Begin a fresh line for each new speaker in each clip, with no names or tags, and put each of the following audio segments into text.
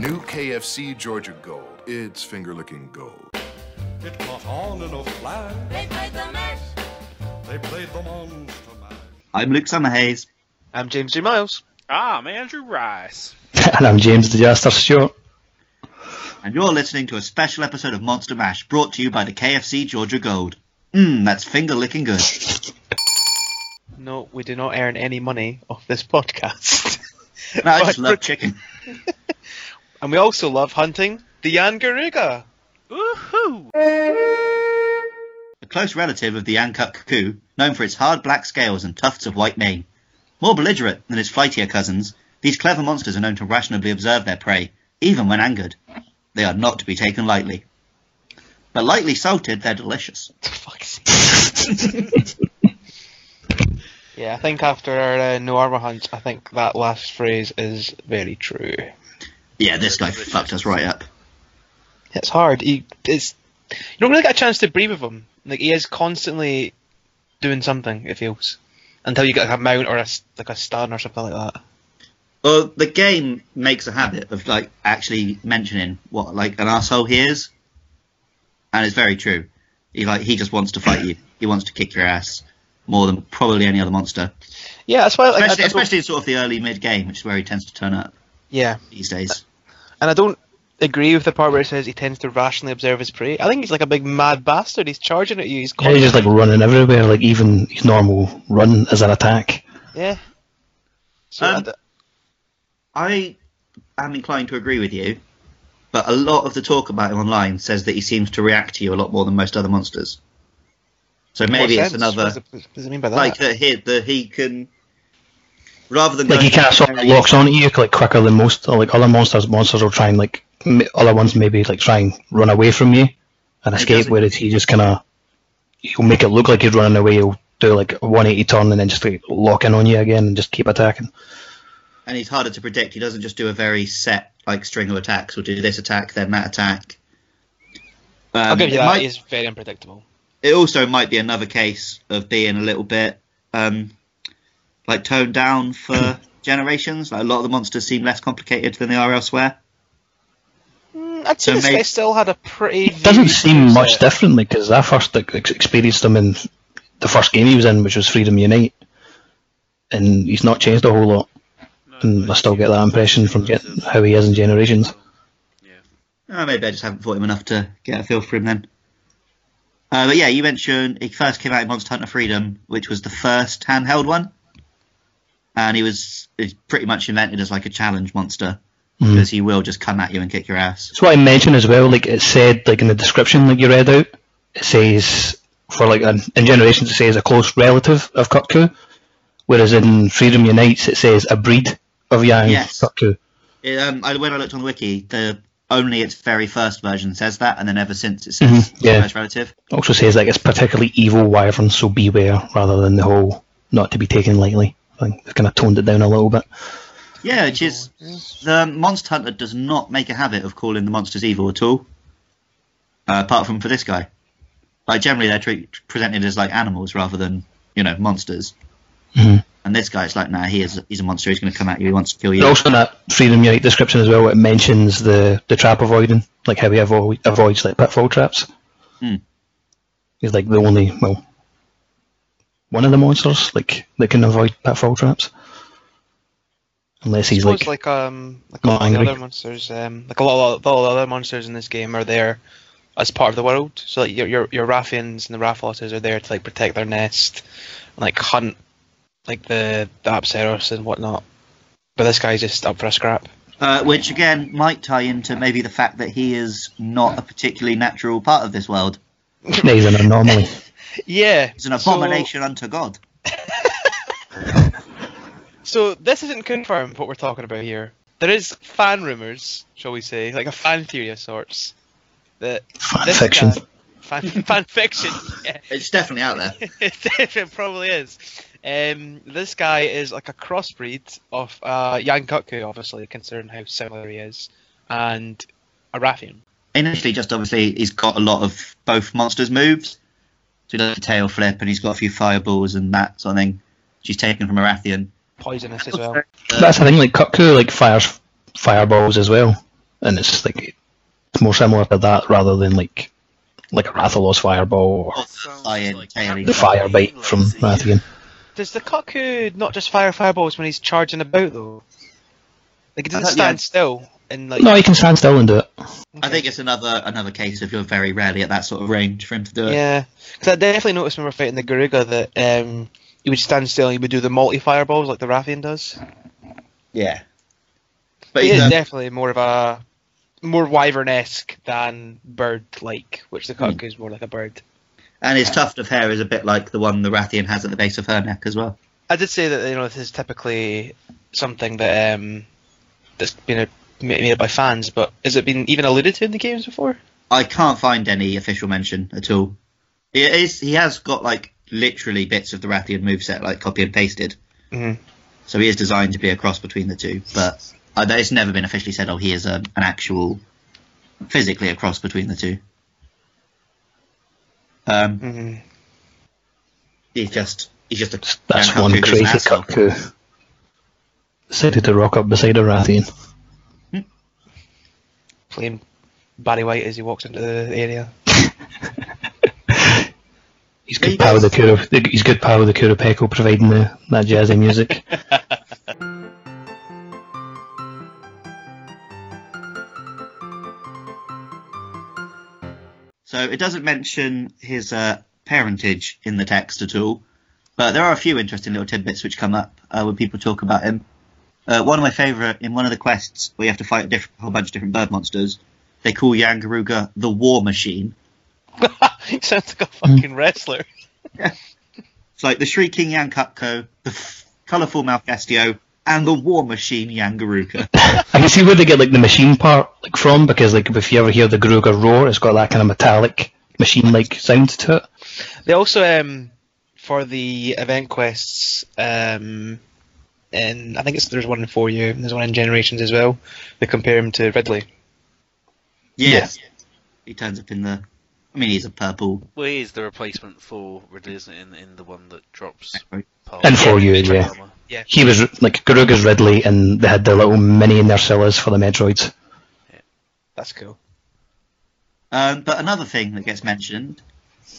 New KFC Georgia Gold. It's finger licking gold.
It caught on in a flash.
They played the match.
They played the monster mash.
I'm Luke Summerhays.
I'm James G. Miles.
Ah, I'm Andrew Rice.
and I'm James the Jaster Stewart.
and you're listening to a special episode of Monster Mash brought to you by the KFC Georgia Gold. Mmm, that's finger licking good.
No, we do not earn any money off this podcast.
No, I
But
just love
for-
chicken.
and we also love hunting the Yangaruga.
Woohoo!
A close relative of the Ancut cuckoo, known for its hard black scales and tufts of white mane. More belligerent than its flightier cousins, these clever monsters are known to rationally observe their prey, even when angered. They are not to be taken lightly. But lightly salted, they're delicious.
Fuck's Yeah, I think after our uh, no armor hunt, I think that last phrase is very true.
Yeah, this guy fucked us right up.
It's hard. He is. You don't really get a chance to breathe with him. Like he is constantly doing something. It feels until you get like a mount or a s like a stun or something like that.
Well, the game makes a habit of like actually mentioning what like an asshole he is, and it's very true. He like he just wants to fight you. He wants to kick your ass more than probably any other monster,
Yeah, that's why. Like, I-
especially,
I don't-
especially in sort of the early mid game, which is where he tends to turn up
yeah,
these days.
And I don't agree with the part where it says he tends to rationally observe his prey. I think he's like a big mad bastard. He's charging at you. He's
Yeah, he's just like running everywhere, like even his normal run is an attack.
yeah. So I
Um,
d-
I am inclined to agree with you, but a lot of the talk about him online says that he seems to react to you a lot more than most other monsters. So
what
maybe it's
sense?
another
What does, it, what does it mean by that?
like um, that he that he can rather than
Like he
going
kind of sort of
very-
locks onto you like quicker than most, or like other monsters. Monsters will try and like m- other ones maybe like try and run away from you and escape.
doesn't-
Whereas he just kind of he'll make it look like he's running away. He'll do like a 180 turn and then just like lock in on you again and just keep attacking.
and he's harder to predict. He doesn't just do a very set like string of attacks. We'll do this attack, then that attack. Um,
I'll give you
it,
that.
might-
He's very unpredictable.
it also might be another case of being a little bit um, like toned down for generations. Like a lot of the monsters seem less complicated than they are elsewhere.
Mm, I'd say
So
this
may-
guy still had a pretty.
It doesn't
varied
seem
skill
much
set.
differently because I first like, ex- experienced him in the first game he was in, which was Freedom Unite, and he's not changed a whole lot. And I still get that impression from getting how he is in Generations.
Oh, maybe I just haven't fought him enough to get a feel for him then. Uh, but yeah, you mentioned he first came out in Monster Hunter Freedom, which was the first handheld one, and he was he's pretty much invented as like a challenge monster because he will just come at you and kick your ass.
That's what I mentioned as well. Like it said, like in the description, like you read out, it says for like an, in Generations it says a close relative of Kutku, whereas in Freedom Unites it says a breed of Yang
Yes.
Kutku.
It, um, I, when I looked on the wiki, the only its very first version says that, and then ever since it says
Mhm, yeah.
first relative.
Also says like it's particularly evil wyvern, so beware, rather than the whole not to be taken lightly thing. They've kind of toned it down a little bit.
Yeah, which is the Monster Hunter does not make a habit of calling the monsters evil at all, uh, apart from for this guy. Like generally, they're treat, presented as like animals rather than you know monsters.
Mhm.
And this guy's like, nah, he is he's a monster. He's going to come at you. He wants to kill you.
But also in that Freedom Unite description as well, it mentions the, the trap avoiding, like how he avo- avoids like pitfall traps.
Hmm.
He's like the only, well, one of the monsters like that can avoid pitfall traps, unless he's
I suppose like
like,
um like
not
a lot of the
angry.
other monsters um like a lot of the other monsters in this game are there as part of the world. So like your your your Raffians and the Raffalotters are there to like protect their nest and like hunt like the the Apseros and whatnot. But this guy's just up for a scrap.
Uh, which again might tie into maybe the fact that he is not a particularly natural part of this world.
yeah, he's an anomaly.
Yeah.
He's an abomination unto God.
So, so this isn't confirmed what we're talking about here. There is fan rumors, shall we say, like a fan theory of sorts. That
Fan
this
fiction.
guy- fan, fan fiction. Yeah.
It's definitely out there.
it, probably is. Um, this guy is like a crossbreed of uh, Yankaku, obviously, considering how similar he is, and a Raffian.
initially just obviously he's got a lot of both monsters moves. So he does a tail flip and he's got a few fireballs and that sort of thing. She's taken from Arathian.
Poisonous as well.
That's the thing, like Kutku like fires fireballs as well. and it's like it's more similar to that rather than like like a Rathalos fireball or
Or the lion tail
the
eater.
fire bite from Rathian.
Does the cuckoo not just fire fireballs when he's charging about though? Like it
I
doesn't
thought- yeah.
stand still and like
No, he can stand still and do it.
I think it's another another case of you're very rarely at that sort of range for him to do it.
yeah. Because I definitely noticed when we were fighting the Garuga that um, he would stand still and he would do the multi fireballs like the Rathian does.
Yeah. But
But he
he's
is
a,
definitely more of a more wyvern esque than bird like, which the cuckoo is more like a bird.
and his tuft of hair is a bit like the one the Rathian has at the base of her neck as well.
I did say that you know this is typically something that um that's been a, ma- made up by fans, but has it been even alluded to in the games before?
I can't find any official mention at all. It is, he has got like literally bits of the Rathian moveset like copy and pasted.
Mhm.
So he is designed to be a cross between the two, but I, it's never been officially said. Oh, he is a, an actual physically a cross between the two. Um,
Mm-hmm.
he's just he's just a
That's
damn
one
cuckoo, he's an
crazy
asshole.
cuckoo. Decided to rock up beside a Rathian.
Playing Barry White as he walks into the area.
He's
Yeah,
good
he
pal with the
does.
Kuro, he's good pal with the Kurapeko providing the, that jazzy music.
So it doesn't mention his uh, parentage in the text at all, but there are a few interesting little tidbits which come up uh, when people talk about him. Uh, one of my favourite in one of the quests where you have to fight a, diff- whole bunch of different bird monsters, they call Yangaruga the War Machine.
he sounds like a fucking wrestler.
It's like the Shrieking Yankutko, the f- colourful Malgastio, and the War Machine Yangaruga.
I can see where they get like the machine part like from because like if you ever hear the Gruger roar, it's got that kind of metallic machine-like sound to it.
They also um for the event quests um and I think it's there's one in four year and there's one in generations as well. They compare him to Ridley.
yes. He turns up in the. I mean, he's a purple.
Well, he is the replacement for Ridley, isn't it? In, in the one that drops. Palmer.
And for you, yeah.
Palmer.
He was like Gruger's Ridley, and they had the little mini Nersillas for the Metroids.
That's cool.
Um, but another thing that gets mentioned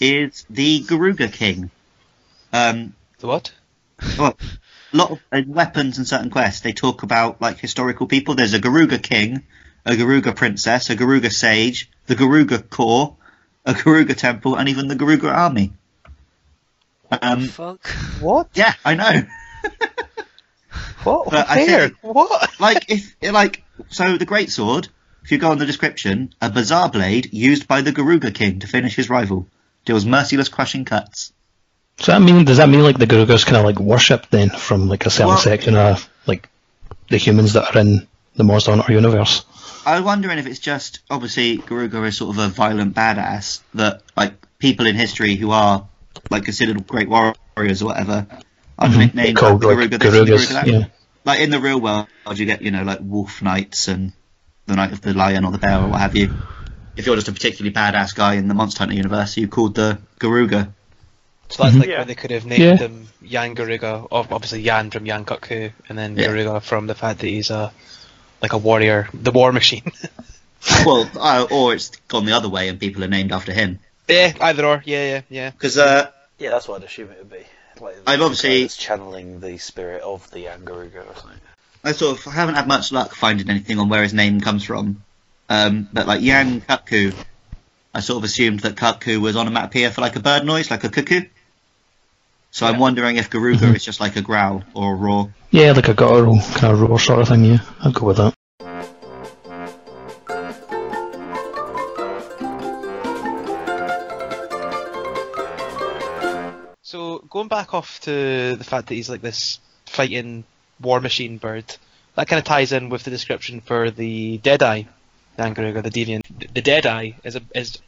is the Garuga King. Um,
The what?
well, a lot of uh, weapons and certain quests, they talk about like historical people. There's a Garuga king, a Garuga princess, a Garuga sage, the Garuga corps, a Garuga temple, and even the Garuga army. Um,
Fuck.
What?
yeah, I know.
What?
But I
Where?
think-
What?
like if like so, the great sword. If you go on the description, a bizarre blade used by the Garuga king to finish his rival deals merciless crushing cuts.
So I mean, does that mean like the Grugers kind of like worshipped then from like a certain
Well-
section of like the humans that are in the Monster Hunter universe?
I'm wondering if it's just obviously Garuga is sort of a violent badass that like people in history who are like considered great warriors or whatever are nicknamed
Mm-hmm. Called
like,
like
Garuga this and Garuga
Garugas,
that.
yeah.
Like in the real world, you get you know like wolf knights and the knight of the lion or the bear or what have you. If you're just a particularly badass guy in the Monster Hunter universe, you called the Garuga.
So that's like
Yeah.
where they could have named
Yeah.
him Yan Garuga, ob- obviously Yan from Yan Koku, and then
Yeah.
Garuga from the fact that he's a like a warrior, the war machine.
well, uh, or it's gone the other way and people are named after him.
yeah, either or. Yeah, yeah, yeah.
Because uh,
Yeah, that's what I'd assume it would be. Like,
I've obviously-
it's channeling the spirit of the Angaruga or something.
I sort of haven't had much luck finding anything on where his name comes from. Um, but like Yang Kutku, I sort of assumed that Kutku was onomatopoeia for like a bird noise, like a cuckoo. So I'm wondering if Garuga is just like a growl or a roar.
Yeah, like a guttural kind of roar sort of thing. Yeah, I'd go with that.
So going back off to the fact that he's like this fighting war machine bird, that kind of ties in with the description for the Deadeye, Dan Gruger, the Deviant. The- The Deadeye is a is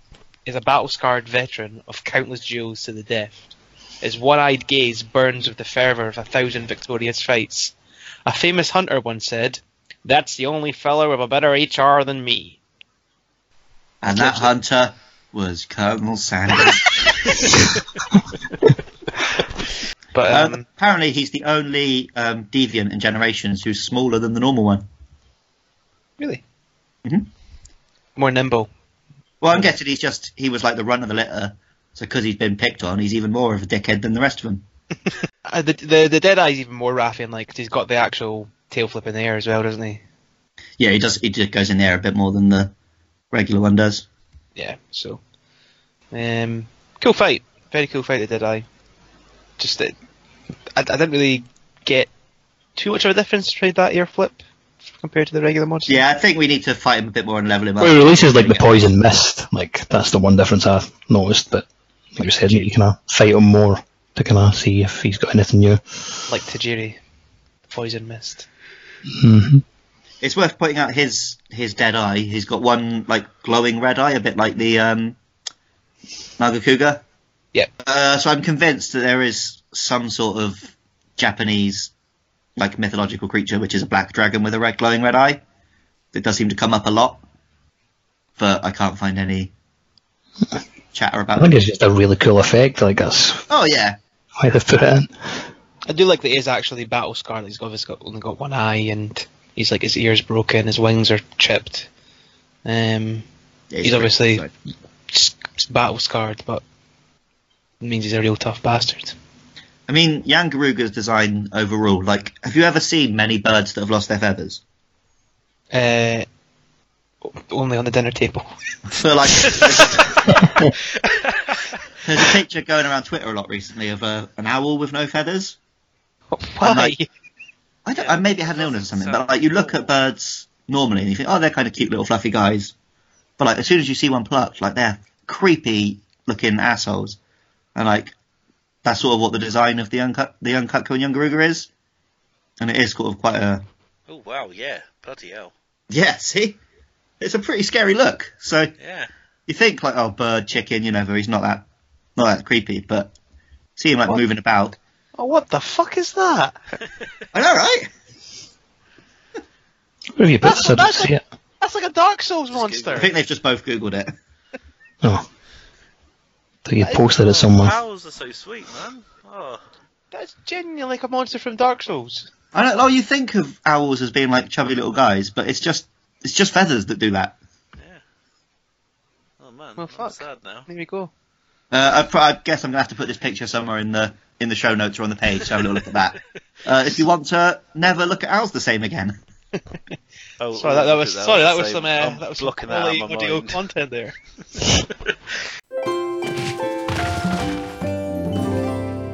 is a battle scarred veteran of countless duels to the death. His one eyed gaze burns with the fervour of a thousand victorious fights. A famous hunter once said, "That's the only fellow with a better HR than me."
And that hunter was Colonel Sanders.
But um,
um, apparently, he's the only um, deviant in generations who's smaller than the normal one.
really,
hmm
more nimble.
Well, I'm guessing he's just he was like the run of the litter, so because he's been picked on, he's even more of a dickhead than the rest of them.
Uh, the, the the dead eye's even more raffian, like 'cause he's got the actual tail flip in the air as well, doesn't he?
Yeah, he does. He just goes in there a bit more than the regular one does.
Yeah. So, um, cool fight. Very cool fight. The dead eye. Just it, I, I didn't really get too much of a difference between that air flip compared to the regular monster.
Yeah, I think we need to fight him a bit more and level him up.
Well, he releases like the poison mist. Like that's the one difference I've noticed. But like you said, you need to kind of fight him more to kind of see if he's got anything new.
Like Tajiri, the poison mist.
Mm-hmm.
It's worth pointing out his his dead eye. He's got one like glowing red eye, a bit like the um, Nagakuga.
Yep.
Uh, so I'm convinced that there is some sort of Japanese like mythological creature, which is a black dragon with a red glowing red eye. It does seem to come up a lot, but I can't find any chatter
I
about
think
it.
it's just a really cool effect. Like that's
Oh yeah,
why they put it in.
I do like that he is actually battle scarred. He's obviously got, only got one eye, and he's like his ears broken, his wings are chipped. Um,
Yeah,
he's obviously
pretty-
s- s- battle scarred, but it means he's a real tough bastard.
I mean, Yangaruga's design overall. Like, have you ever seen many birds that have lost their feathers?
Uh, only on the dinner table.
So like, there's a picture going around Twitter a lot recently of a, an owl with no feathers.
Why?
like- I don't. I maybe it had an illness or something, but like you look at birds normally and you think, oh, they're kind of cute little fluffy guys, but like as soon as you see one plucked, like they're creepy looking assholes, and like that's sort of what the design of the uncut the uncut and Yangaruga is, and it is sort of quite a
Oh wow, yeah, bloody hell,
yeah. See, it's a pretty scary look. So
yeah.
you think like oh bird chicken you know he's not that not that creepy but see him like moving about
oh, what the fuck is that?
I know right
Where have you put
That's-
this? I don't
that's
see it.
That's like a Dark Souls
I
monster.
think they've just both googled it
No. So you posted it somewhere.
Owls are so sweet, man. Oh,
That's genuinely like a monster from Dark Souls.
I don't know oh, you think of owls as being like chubby little guys but it's just it's just feathers that do that
oh man.
Well,
I'm
fuck.
sad now.
There we go.
uh, I, pro- I guess I'm gonna have to put this picture somewhere in the in the show notes or on the page so have a little look at that uh, if you want to never look at owls the same again
Oh,
Sorry, that, that was
look at
sorry, that
the
was
same.
some uh,
I'm
that was some
blocking that out
quality
of my
audio
mind.
content there.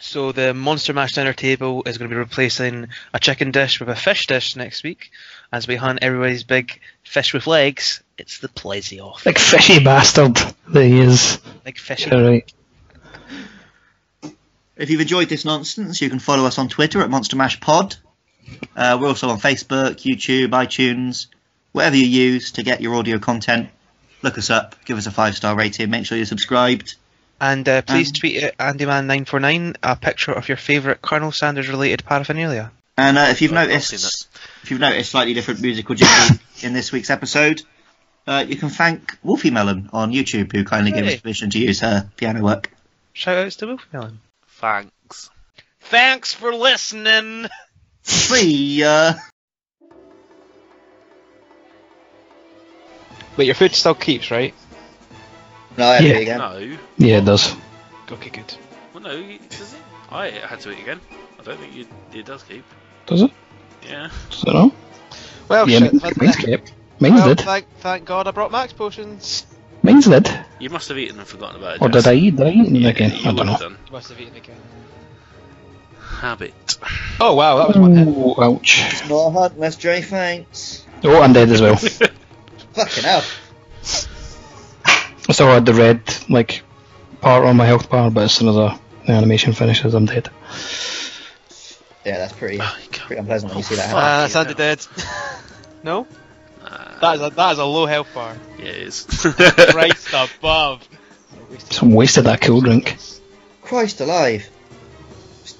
So the monster mash dinner table is going to be replacing a chicken dish with a fish dish next week, as we hunt everybody's big fish with legs. It's the plesy off,
Like fishy bastard that he is.
big fish.
All right.
If you've enjoyed this nonsense, you can follow us on Twitter at Monster Mash Pod. Uh, we're also on Facebook, YouTube, iTunes, whatever you use to get your audio content. Look us up, give us a five star rating, make sure you're subscribed.
And uh, please
Um,
tweet at Andyman949 a picture of your favourite Colonel Sanders related paraphernalia.
And uh, if you've
Right, I've
noticed,
seen
if you've noticed slightly different musical jingle in this week's episode, uh, you can thank Wolfie Melon on YouTube, who kindly gave
Hey.
us permission to use her piano work.
Shout outs to Wolf Melon.
Thanks.
Thanks for listening.
See ya.
But your food still keeps, right?
No, I had to
Yeah.
do it again.
No.
Yeah, it does.
Okay, good.
Well, no, you- does it? I had to eat again. I don't think you, it does keep.
Does it?
Yeah.
Does it not?
Well,
yeah,
Oh, shit. Oh,
mine's,
what the-
mine's kept. Mine's
well,
did.
thank, thank God I brought max potions.
Mine's did.
You must have eaten and forgotten about it.
Or
Jess.
did I eat? Did I eat them
Yeah,
again?
you
I
would
don't know.
have done.
You must have eaten again.
Habit.
Oh wow, that was one hit.
Oh, ouch.
Not hard unless Jay faints.
Oh, I'm dead as well.
Fucking hell.
I still had the red like part on my health bar, but as soon as uh, the animation finishes, I'm dead.
Yeah, that's pretty,
Oh, you can't-
pretty unpleasant when you see that happen.
Ah, that's
you
Andy dead. no,
Nah,
that is a that is a low health bar.
yeah, it is.
Christ above.
So I wasted that cool drink.
Christ alive.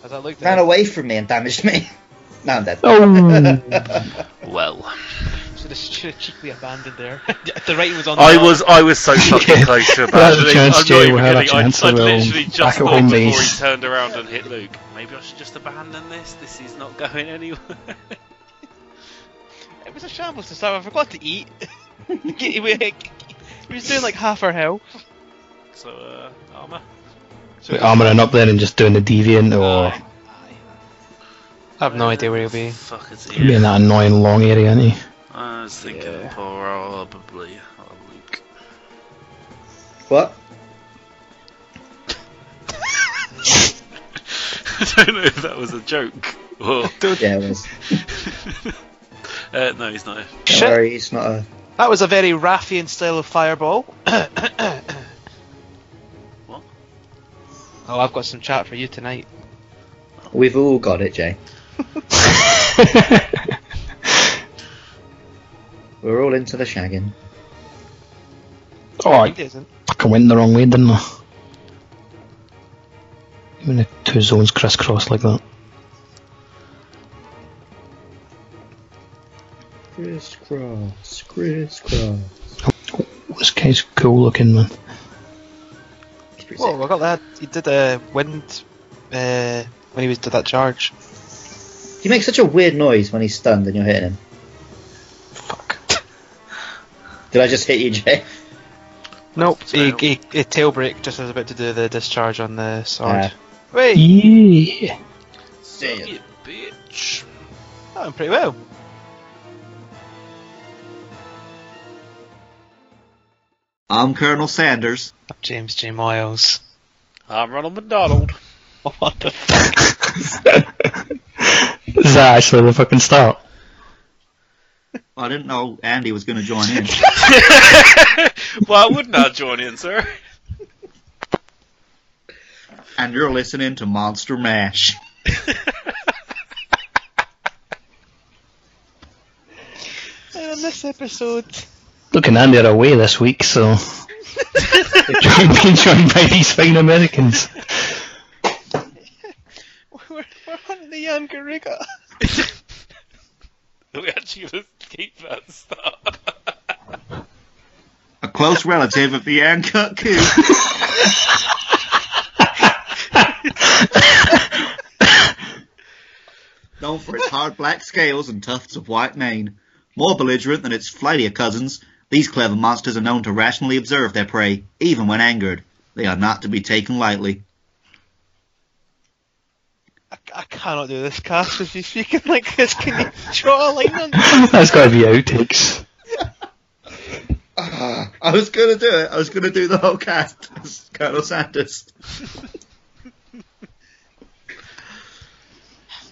As I looked
ran
at it,
away from me and damaged me. Now I'm dead.
Oh,
Well,
should have, should have cheekily abandoned there. the writing was on. The
I
wall.
was I was so fucking
Yeah.
close to
We'll have a
abandoning.
chance,
I'm
Jay,
not even
we'll have a
kidding. I,
chance,
I
we'll
literally
back
just
at
thought
home
before
base.
he turned around and hit Luke. Maybe I should just abandon this. This is not going anywhere.
It was a shambles to start with. I forgot to eat. he was doing like half our health.
So, uh, armor.
So armouring up then and just doing the deviant or
I have no idea where he'll be.
Fuck it's
be in
here.
that annoying long area, ain't he?
I was thinking
Yeah.
probably a Luke.
What?
I don't know if that was a joke or.
Yeah, it was.
uh, no, he's not.
Don't
Shit.
worry, it's not a.
That was a very Raffian style of fireball.
What?
Oh, I've got some chat for you tonight.
We've all got it, Jay. We're all into the shagging.
Oh,
He
I
doesn't.
fucking went the wrong way, didn't I? When the two zones crisscross like that.
Crisscross, crisscross.
This guy's cool looking, man.
It's pretty
Whoa, I got that. He did a wind uh, when he was did that charge.
sick. He makes such a weird noise when he's stunned and you're hitting him.
Fuck.
Did I just hit you, Jay?
Nope. He,
Tail.
he, he tail break just as about to do the discharge on the
Ah.
sword. Wait,
Yeah.
Damn.
You bitch.
that went pretty well.
I'm Colonel Sanders.
James J. Miles.
I'm Ronald McDonald.
What the fuck?
Is that actually the fucking start?
I didn't know Andy was going to join in.
Why wouldn't I join in, sir?
and you're listening to Monster Mash.
And on this episode,
Looking Andy are away this week, so joined, being joined by these fine Americans.
we're, we're on the Yangariga.
we actually just keep that stuff.
A close relative of the Ancut Coup. Known for its hard black scales and tufts of white mane. More belligerent than its flightier cousins, these clever monsters are known to rationally observe their prey, even when angered. They are not to be taken lightly.
I, I cannot do this cast if you're speaking like this. Can you draw a line on
That's gotta be outtakes.
Ah, I was gonna do it. I was gonna do the whole cast. Colonel Sanders.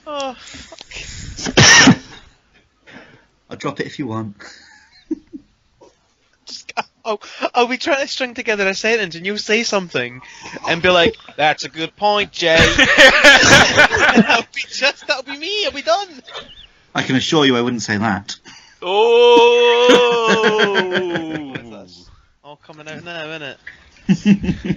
Oh,
I'll drop it if you want.
just, oh, are we trying to string together a sentence and you'll say something and be like, that's a good point, Jay. that'll be just, that'll be me, I'll be done.
I can assure you I wouldn't say that.
Oh!
All coming out now, innit?